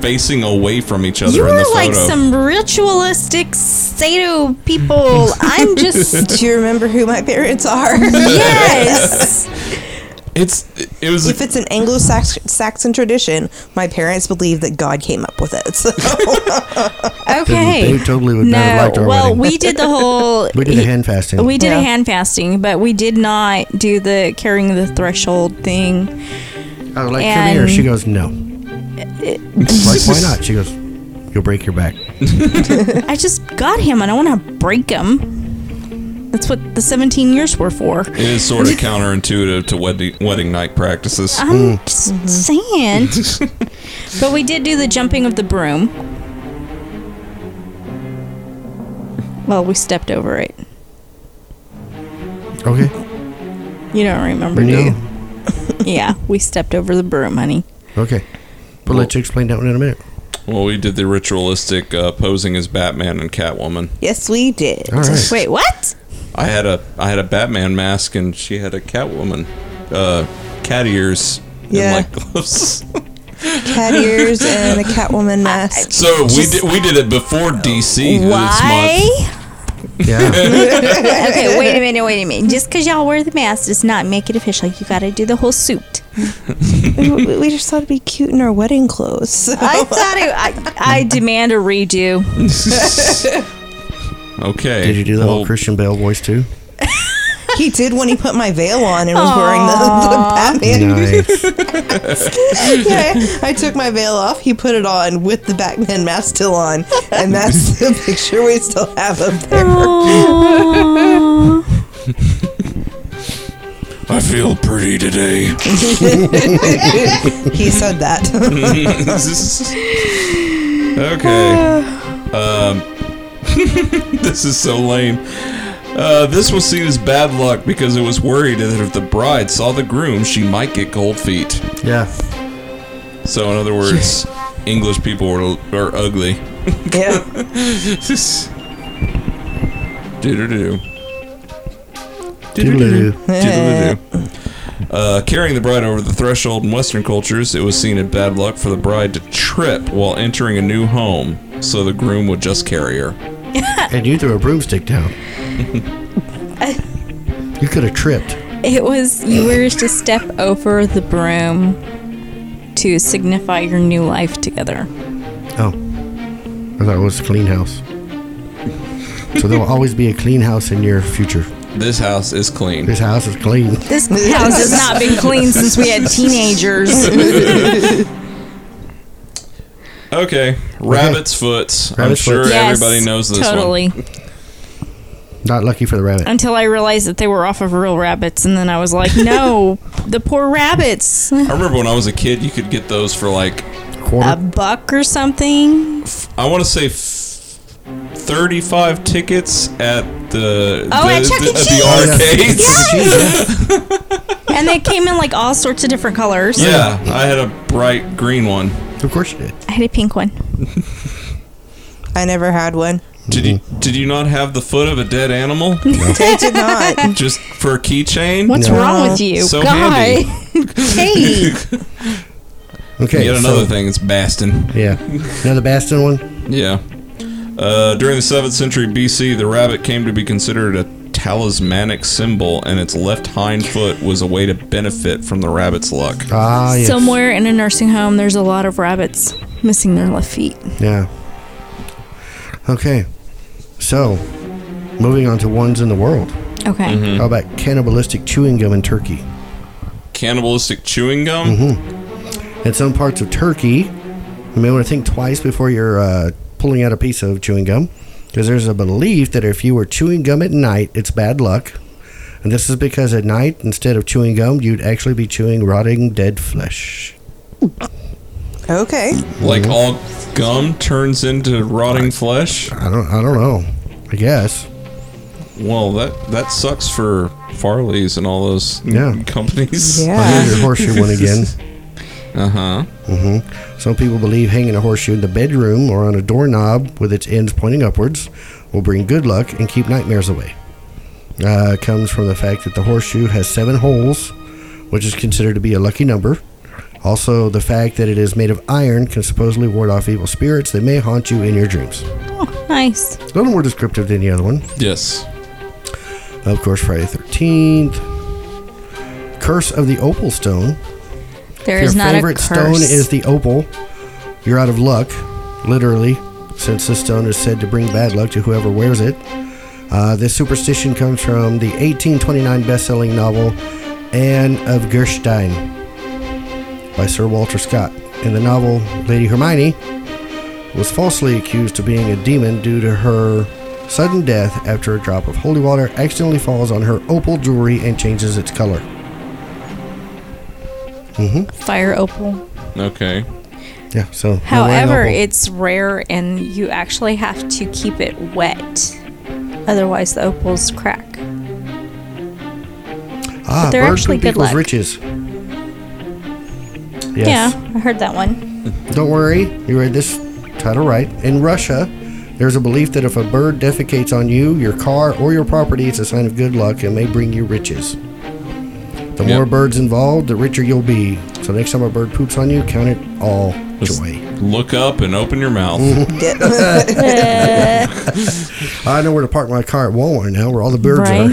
facing away from each other You in are the like photo. some ritualistic s- say to people? I'm just Do you remember who my parents are? yes. It's it was if it's an Anglo-Saxon tradition, my parents believe that God came up with it. So Okay. They totally would not have liked our well, wedding. we did the whole. We did a hand fasting. We did Yeah. a hand fasting, but we did not do the carrying the threshold thing. I was like, come here. and- She goes, no. like, why not? She goes, you'll break your back. I just got him. I don't want to break him. That's what the 17 years were for. it is sort of counterintuitive to wedding wedding night practices. Mm. I'm just saying. but we did do the jumping of the broom. Well, we stepped over it. Okay. You don't remember, do you? No. Yeah, we stepped over the broom, honey. Okay. But let you explain that one in a minute. Well, we did the ritualistic uh, posing as Batman and Catwoman. yes, we did. All right. Wait, what? I had a I had a Batman mask and she had a Catwoman, uh, cat ears and Yeah. like gloves. Cat ears and a Catwoman mask. so we did we did it before DC this month. Why? Yeah. okay, wait a minute, wait a minute. Just because y'all wear the mask does not make it official. You got to do the whole suit. we, we- we just thought it'd be cute in our wedding clothes. So. I thought it, I, I demand a redo. Okay. did you do the whole well, Christian Bale voice too? He did when he put my veil on and was wearing the, the Batman. Nice. Yeah, I took my veil off. He put it on with the Batman mask still on, and that's the picture we still have up there. I feel pretty today. he said that. okay. Um, this is so lame. Uh, this was seen as bad luck because it was worried that if the bride saw the groom, she might get cold feet. Yeah. So, in other words, English people were, are ugly. yeah. Doo-doo-doo. Toodaloo. Doo-doo-doo-doo. Uh, carrying the bride over the threshold in Western cultures, it was seen as bad luck for the bride to trip while entering a new home, so the groom would just carry her. And you threw a broomstick down. you could have tripped. It was you were to step over the broom to signify your new life together. Oh. I thought it was a clean house. So there will always be a clean house in your future. This house is clean. This house is clean. This house has not been clean since we had teenagers. Okay, rabbit's foot. I'm Rabbit's sure foot. Yes, everybody knows this totally. Not lucky for the rabbit. Until I realized that they were off of real rabbits, and then I was like, no, the poor rabbits. one. I remember when I was a kid, you could get those for like A Quarter. buck or something. I want to say. F- 35 tickets at the Oh, the, at Chuck E. the- at Cheese. the Oh, yeah. arcades. And they came in like all sorts of different colors. Yeah, I had a bright green one. Of course you did. I had a pink one. I never had one. Did you Mm-hmm. did you not have the foot of a dead animal I did not. just for a keychain? What's No. wrong with you? So Guy. handy. Hey. Okay. Yet another so- thing, it's Bastin. Yeah. Another Bastin one? Yeah. Uh, during the 7th century BC, the rabbit came to be considered a talismanic symbol, and its left hind foot was a way to benefit from the rabbit's luck. Ah, yes. Somewhere in a nursing home, there's a lot of rabbits missing their left feet. Yeah. Okay. So, moving on to ones in the world. Okay. How about cannibalistic chewing gum in Turkey? Cannibalistic chewing gum? Mm-hmm, In some parts of Turkey, you may want to think twice before you're uh, pulling out a piece of chewing gum, because there's a belief that if you were chewing gum at night, it's bad luck. And this is because at night, instead of chewing gum, you'd actually be chewing rotting dead flesh. Okay. mm-hmm. Like all gum turns into rotting flesh? I don't, I don't know. I guess. Well, that, that sucks for Farley's and all those Yeah. companies. Well, here's Yeah. your horseshoe one again. Uh huh. Some people believe hanging a horseshoe in the bedroom or on a doorknob with its ends pointing upwards will bring good luck and keep nightmares away. Uh, it comes from the fact that the horseshoe has seven holes, which is considered to be a lucky number. Also, the fact that it is made of iron can supposedly ward off evil spirits that may haunt you in your dreams. Oh, nice. A little more descriptive than the other one. Yes. Of course, Friday the 13th. Curse of the Opal Stone. There If is your not favorite a curse. stone is the opal, you're out of luck, literally, since this stone is said to bring bad luck to whoever wears it. Uh, this superstition comes from the 1829 best-selling novel Anne of Gerstein by Sir Walter Scott. In the novel, Lady Hermione was falsely accused of being a demon due to her sudden death after a drop of holy water accidentally falls on her opal jewelry and changes its color. fire opal. Okay. Yeah, so no wearing However, opal. it's rare and you actually have to keep it wet. Otherwise, the opals crack. Ah, they're birds actually with good people's luck. riches. Yes. Yeah, I heard that one. Don't worry, you read this title right. In Russia, there's a belief that if a bird defecates on you, your car, or your property, it's a sign of good luck and may bring you riches. The Yep. more birds involved, the richer you'll be. So next time a bird poops on you, count it all Just joy. Look up and open your mouth. I know where to park my car at Walmart now, where all the birds Right.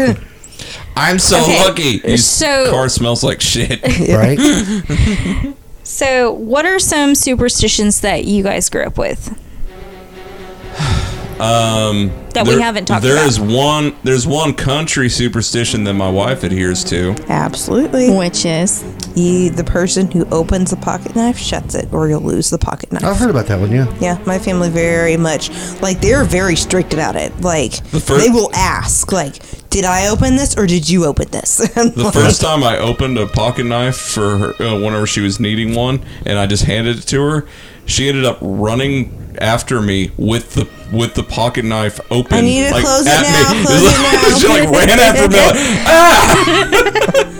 are. right. I'm so Okay, lucky. Your so- car smells like shit. Right? So, what are some superstitions that you guys grew up with? Um, That we haven't talked There about. is one. There's one country superstition that my wife adheres to. Absolutely. Which is Ye, the person who opens the pocket knife shuts it, or you'll lose the pocket knife. I've heard about that one, yeah. Yeah, my family very much like they're very strict about it. Like fir- they will ask, like, "Did I open this or did you open this?" And, The like, first time I opened a pocket knife for her, uh, whenever she was needing one, and I just handed it to her, she ended up running after me with the with the pocket knife open. I need to close it at now, me. close it now. she like ran after me. like, ah!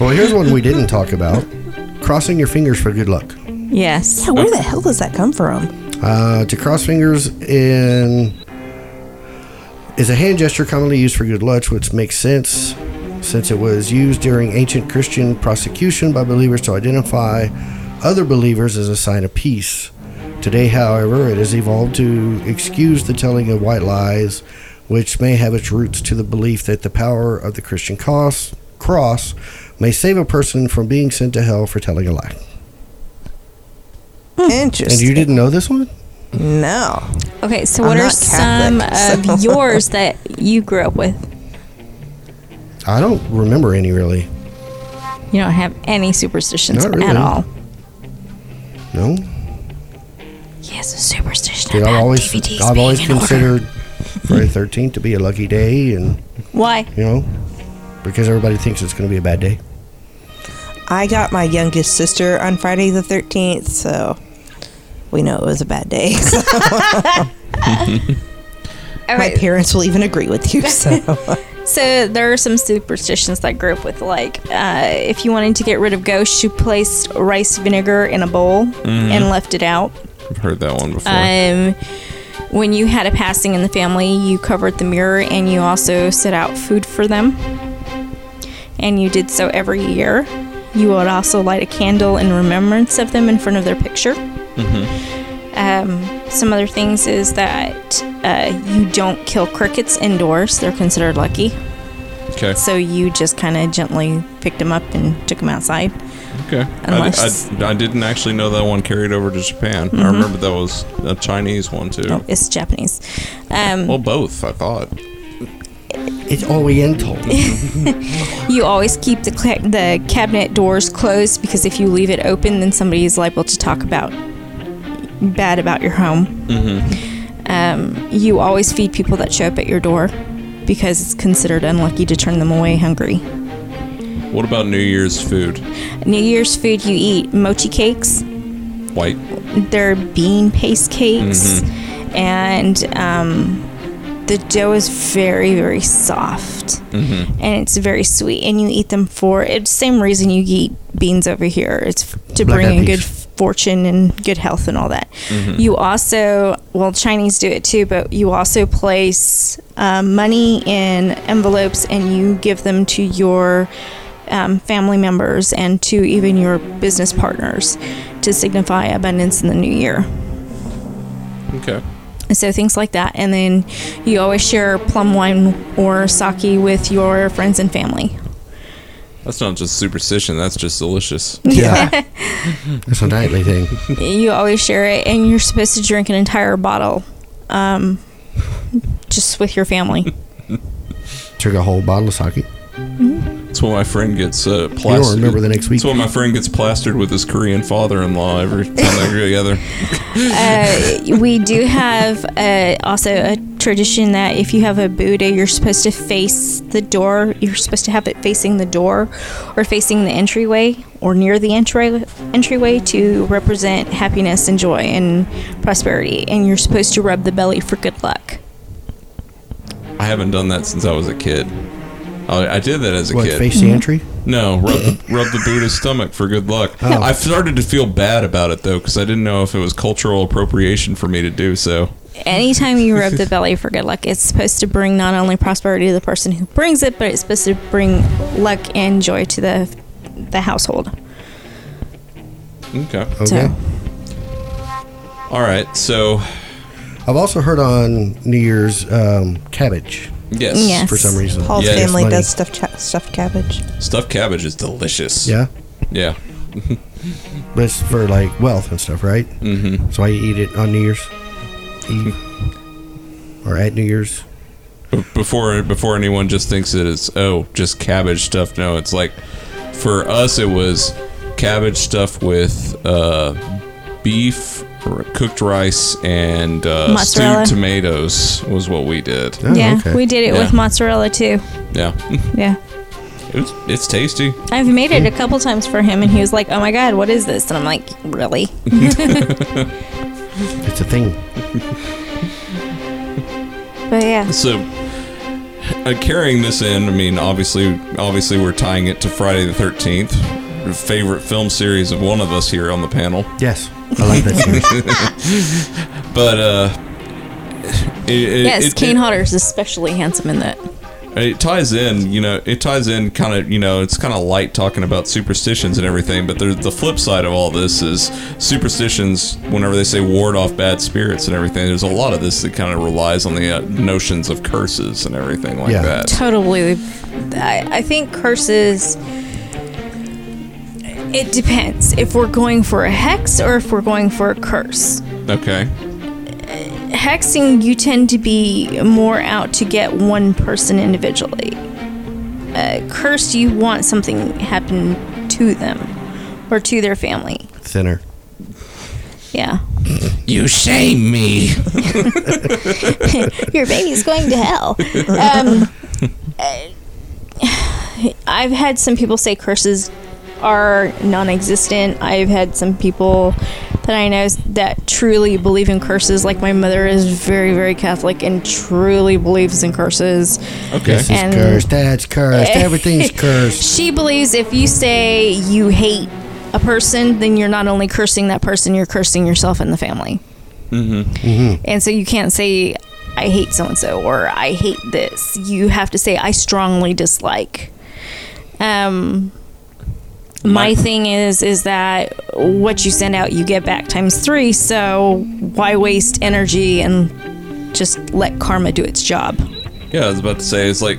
Well, here's one we didn't talk about crossing your fingers for good luck. yes. yeah, where the hell does that come from? Uh, to cross fingers in is a hand gesture commonly used for good luck, which makes sense since it was used during ancient Christian prosecution by believers to identify other believers as a sign of peace. Today, however, it has evolved to excuse the telling of white lies, which may have its roots to the belief that the power of the Christian cos- cross may save a person from being sent to hell for telling a lie. Hmm. And Interesting. you didn't know this one? no, Okay, so I'm what are not Catholic, some so- of yours that you grew up with? I don't remember any really. You don't have any superstitions Not really. at all. No, He has a superstition Dude, about I've always DVDs I've being always in order. considered Friday the Thirteenth to be a lucky day, and Why? you know, because everybody thinks it's going to be a bad day. I got my youngest sister on Friday the thirteenth, so we know it was a bad day. my Okay, parents will even agree with you. So so there are some superstitions that I grew up with. Like, uh, if you wanted to get rid of ghosts, you placed rice vinegar in a bowl Mm-hmm. and left it out. I've heard that one before. Um, when you had a passing in the family, you covered the mirror and you also set out food for them. And you did so every year. You would also light a candle in remembrance of them in front of their picture. Um, some other things is that uh, you don't kill crickets indoors, they're considered lucky. okay. So you just kind of gently picked them up and took them outside. Okay. Unless- I, I, I didn't actually know that one carried over to Japan. I remember that was a Chinese one too. Oh, it's Japanese. Um, Well, both, I thought. It's Oriental. You always keep the cla the cabinet doors closed because if you leave it open, then somebody is liable to talk about bad about your home. Um, you always feed people that show up at your door because it's considered unlucky to turn them away hungry. What about New Year's food? New Year's food you eat mochi cakes, White. they're bean paste cakes, and um, the dough is very very soft and it's very sweet. And you eat them for it's the same reason you eat beans over here. It's f- to Black bring eyed peas. in good fortune and good health and all that. You also well Chinese do it too, but you also um, place uh, money in envelopes and you give them to your um, family members and to even your business partners to signify abundance in the new year. Okay. And So things like that. And then you always share plum wine or sake with your friends and family. That's not just superstition. That's just delicious. Yeah. It's a nightly thing. You always share it, and you're supposed to drink an entire bottle um, just with your family. Took a whole bottle of sake. That's what my friend gets uh, plastered. You don't remember the next week. That's what my friend gets plastered with his Korean father-in-law every time they get together. uh, we do have uh, also a tradition that if you have a Buddha, you're supposed to face the door. You're supposed to have it facing the door or facing the entryway or near the entry, entryway to represent happiness and joy and prosperity. And you're supposed to rub the belly for good luck. I haven't done that since I was a kid. I, I did that as a What, kid. face Mm-hmm. the entry? No, rub the, rub the Buddha's stomach for good luck. I started to feel bad about it though, because I didn't know if it was cultural appropriation for me to do so. Anytime you rub the belly for good luck, it's supposed to bring not only prosperity to the person who brings it, but it's supposed to bring luck and joy to the the household. Okay. Okay. So- All right. So I've also heard on New Year's um, cabbage yes, Yes. for some reason. Paul's Yeah, it's family funny. does stuffed cha- stuffed cabbage. stuffed cabbage is delicious. Yeah. Yeah. But it's for like wealth and stuff, right? Mm-hmm. That's why you eat it on New Year's Eve or at New Year's. B- Before before anyone just thinks that it's oh just cabbage stuffed. No, it's like for us it was cabbage stuffed with uh, beef, r- cooked rice, and uh, Mozzarella. stewed tomatoes was what we did. Oh, yeah, okay. we did it Yeah. with mozzarella too. Yeah. Yeah. It was, it's tasty. I've made it a couple times for him, and he was like, "Oh my god, what is this?" And I'm like, "Really?" It's a thing. But yeah, So, uh, carrying this in, I mean, obviously, obviously, we're tying it to Friday the Thirteenth, favorite film series of one of us here on the panel. Yes. I like that series. But uh, it, it, yes, it- Kane it- Hodder is especially handsome in that. it ties in you know it ties in kind of you know it's kind of light talking about superstitions and everything but there's the flip side of all this is superstitions whenever they say ward off bad spirits and everything there's a lot of this that kind of relies on the uh, notions of curses and everything like Yeah. that Totally, I, I think curses. It depends if we're going for a hex or if we're going for a curse. okay hexing you tend to be more out to get one person individually uh, cursed you want something happen to them or to their family Thinner. yeah you shame me your baby's going to hell um, uh, i've had some people say curses are non-existent i've had some people that i know that truly believe in curses like my mother is very very catholic and truly believes in curses okay This is And- cursed. That's cursed. Everything's cursed. She believes if you say you hate a person, then you're not only cursing that person, you're cursing yourself and the family. Mm-hmm. And so you can't say, I hate so and so, or I hate this. You have to say, I strongly dislike. Um, my thing is is that what you send out you get back times three so why waste energy and just let karma do its job Yeah, I was about to say it's like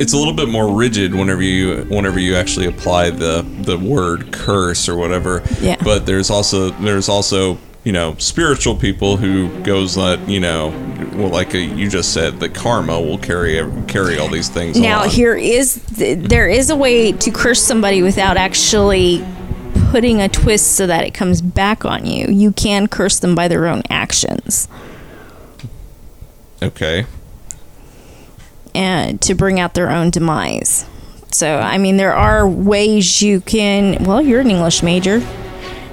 it's a little bit more rigid whenever you whenever you actually apply the the word curse or whatever. Yeah. But there's also there's also you know spiritual people who goes that you know well like uh you just said that karma will carry carry all these things. Now on. here is th- there is a way to curse somebody without actually putting a twist so that it comes back on you. You can curse them by their own actions Okay. and to bring out their own demise. So I mean there are ways you can well you're an English major.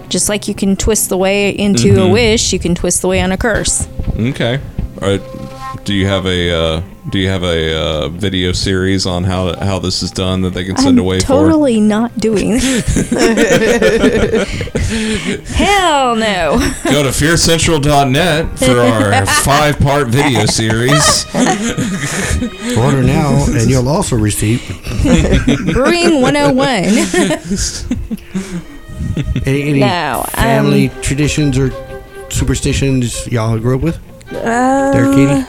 Just like you can twist the way into a wish, you can twist the way on a curse. Okay. Uh, do you have a uh, do you have a uh, video series on how how this is done that they can send I'm away totally not doing. Hell no. for? Go to fearcentral.net for our five part video series. Order now, and you'll also receive. Brewing 101. Any, any No, um, family traditions or superstitions y'all grew up with? Uh, Uh, there, Katie.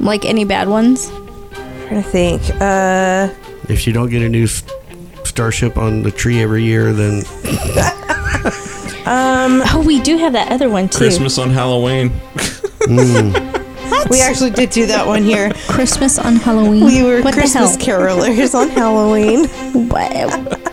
like any bad ones? trying to think. Uh, If you don't get a new s- starship on the tree every year, then Oh, we do have that other one too. Christmas on Halloween. we actually did do that one year. Christmas on Halloween. We were what Christmas the hell? carolers on Halloween. What?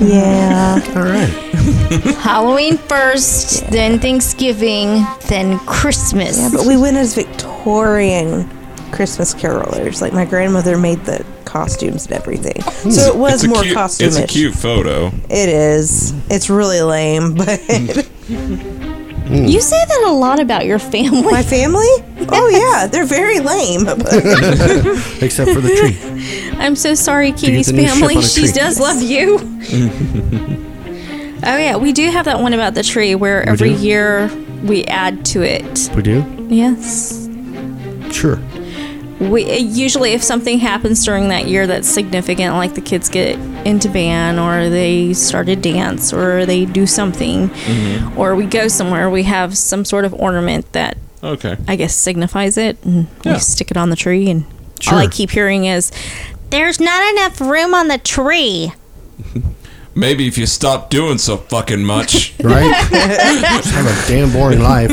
Yeah. all right. Halloween first, then Thanksgiving, then Christmas. Yeah, but we went as Victorian Christmas carolers. Like my grandmother made the costumes and everything, so it was more cute, costume. It's a cute photo. It is. It's really lame, but you say that a lot about your family. my family. Oh yeah, they're very lame. But Except for the tree. I'm so sorry, Katie's the new ship on family. a She tree. does love you. oh yeah, we do have that one about the tree where every do? year we add to it. We do. Yes. Sure. we usually if something happens during that year that's significant like the kids get into band or they start a dance or they do something or we go somewhere we have some sort of ornament that Okay. i guess signifies it and Yeah. we stick it on the tree and all i Sure. keep hearing is there's not enough room on the tree Maybe if you stop doing so fucking much. Right? just have a damn boring life.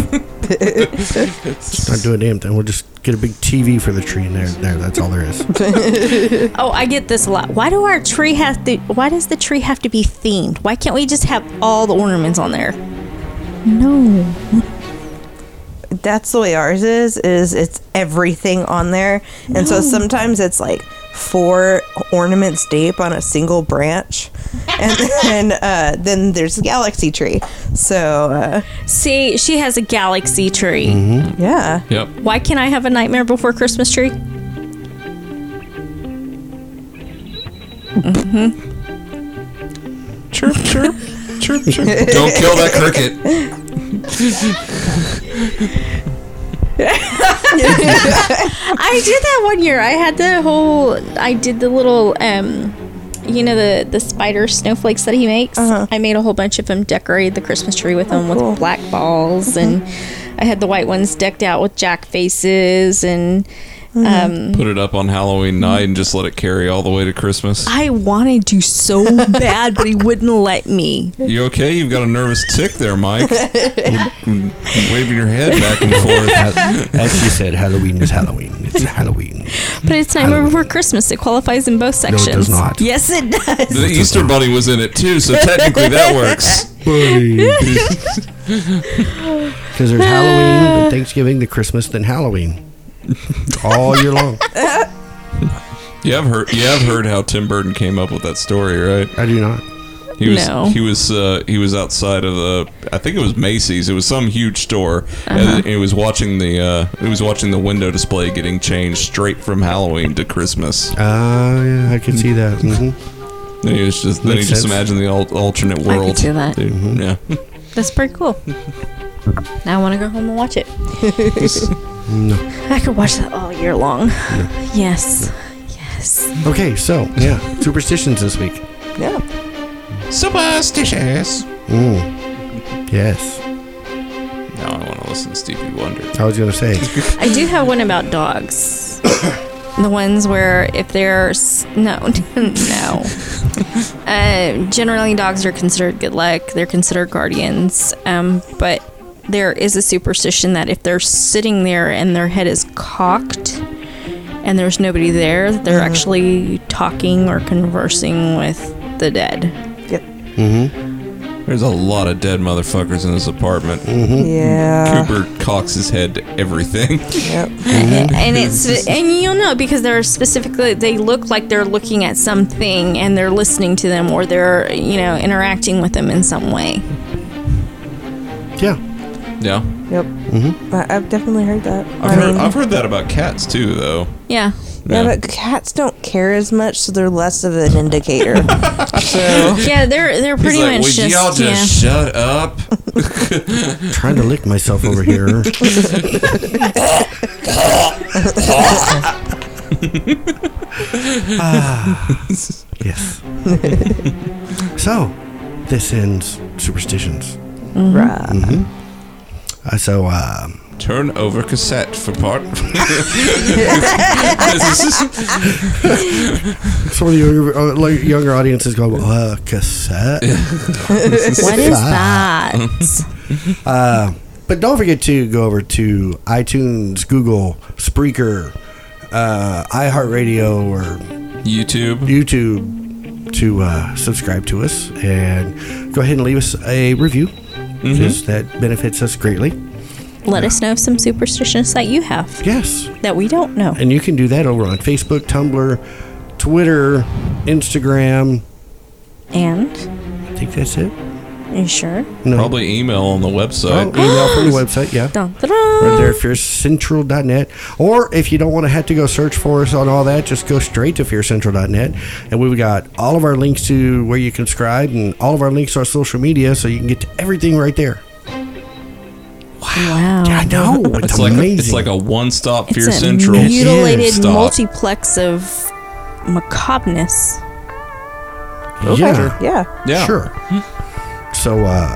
just not doing a damn thing. We'll just get a big TV for the tree, and there, there. That's all there is. oh i get this a lot why do our tree have to why does the tree have to be themed why can't we just have all the ornaments on there no that's the way ours is. Is it's everything on there, and so sometimes it's like four ornaments deep on a single branch, and then uh, then there's the galaxy tree. So uh, see she has a galaxy tree yeah, yep. Why can't I have a nightmare before Christmas tree? Chirp chirp. Chirp chirp. Don't kill that cricket. I did that one year. I had the whole. I did the little, um, you know, the the spider snowflakes that he makes. I made a whole bunch of them. Decorated the Christmas tree with them with black balls, and I had the white ones decked out with jack faces. And Put it up on Halloween night and just let it carry all the way to Christmas. I wanted to so bad, but he wouldn't let me. You okay? You've got a nervous tick there, Mike. Waving your head back and forth. As she said, Halloween is Halloween. It's Halloween. But it's nightmare before Christmas. It qualifies in both does sections. not. Yes, it does. The Easter Bunny was in it too, so technically that works. Because there's Halloween, then Thanksgiving, the Christmas, then Halloween. All year long. You have heard, you have heard how Tim Burton came up with that story, right? I do not. He was No. he was uh, he was outside of the I think it was Macy's. It was some huge store, and he was watching the uh, he was watching the window display getting changed straight from Halloween to Christmas. Uh, yeah, I can see that. hmm And he was just then he Makes just sense. Mm-hmm. imagined the al- alternate world. see that. Dude, Yeah. That's pretty cool. Now I want to go home and watch it. I could watch that all year long. Yes. Yes. Okay, so, yeah, superstitions this week. yeah. Superstitious. Mm. Yes. Now I want to listen to Stevie Wonder. I was going to say. I do have one about dogs. the ones where if they're s- no no. uh, generally, dogs are considered good luck. They're considered guardians. Um, but there is a superstition that if they're sitting there and their head is cocked. And there's nobody there. that They're actually talking or conversing with the dead. Yep. Mm-hmm. There's a lot of dead motherfuckers in this apartment. Mm-hmm. Yeah. Cooper cocks his head to everything. Yep. and it's and you'll know because they're specifically they look like they're looking at something and they're listening to them or they're you know interacting with them in some way Yeah. Yeah. Yep. I, I've definitely heard that. Mm-hmm. I've, I heard, mean, I've heard that about cats too, though. Yeah. yeah, but cats don't care as much, so they're less of an indicator. so Yeah, they're they're He's pretty like, much would just, y'all just shut up? Trying to lick myself over here. Ah, yes. so, this ends superstitions. Mm-hmm. right. Uh, so, uh, Turn over cassette for part. some of the younger, uh, like younger audiences go, uh, cassette. yeah. What is that? But don't forget to go over to iTunes, Google, Spreaker, uh, iHeartRadio, or YouTube. YouTube to uh, subscribe to us and go ahead and leave us a review. Mm-hmm. Because that benefits us greatly. Let us know of some superstitions that you have Yes. that we don't know. And you can do that over on Facebook, Tumblr, Twitter, Instagram. And I think that's it. are you sure? No. Probably email on the Oh, website. email from the website, yeah. Dun, Right dun. there, fearcentral.net. Or if you don't want to have to go search for us on all that, just go straight to fearcentral.net. And we've got all of our links to where you can subscribe and all of our links to our social media so you can get to everything right there. Wow. I know. It's, It's like amazing. a, it's like a one-stop Fear it's Central. a mutilated stop. multiplex of macabreness. yeah. Yeah. Yeah. Sure. So, uh,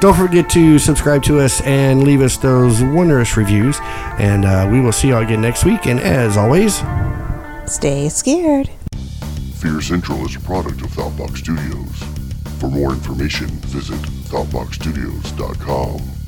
don't forget to subscribe to us and leave us those wondrous reviews. And uh, we will see y'all again next week. And as always, Stay scared. Fear Central is a product of Thoughtbox Studios. For more information, visit thoughtboxstudios.com.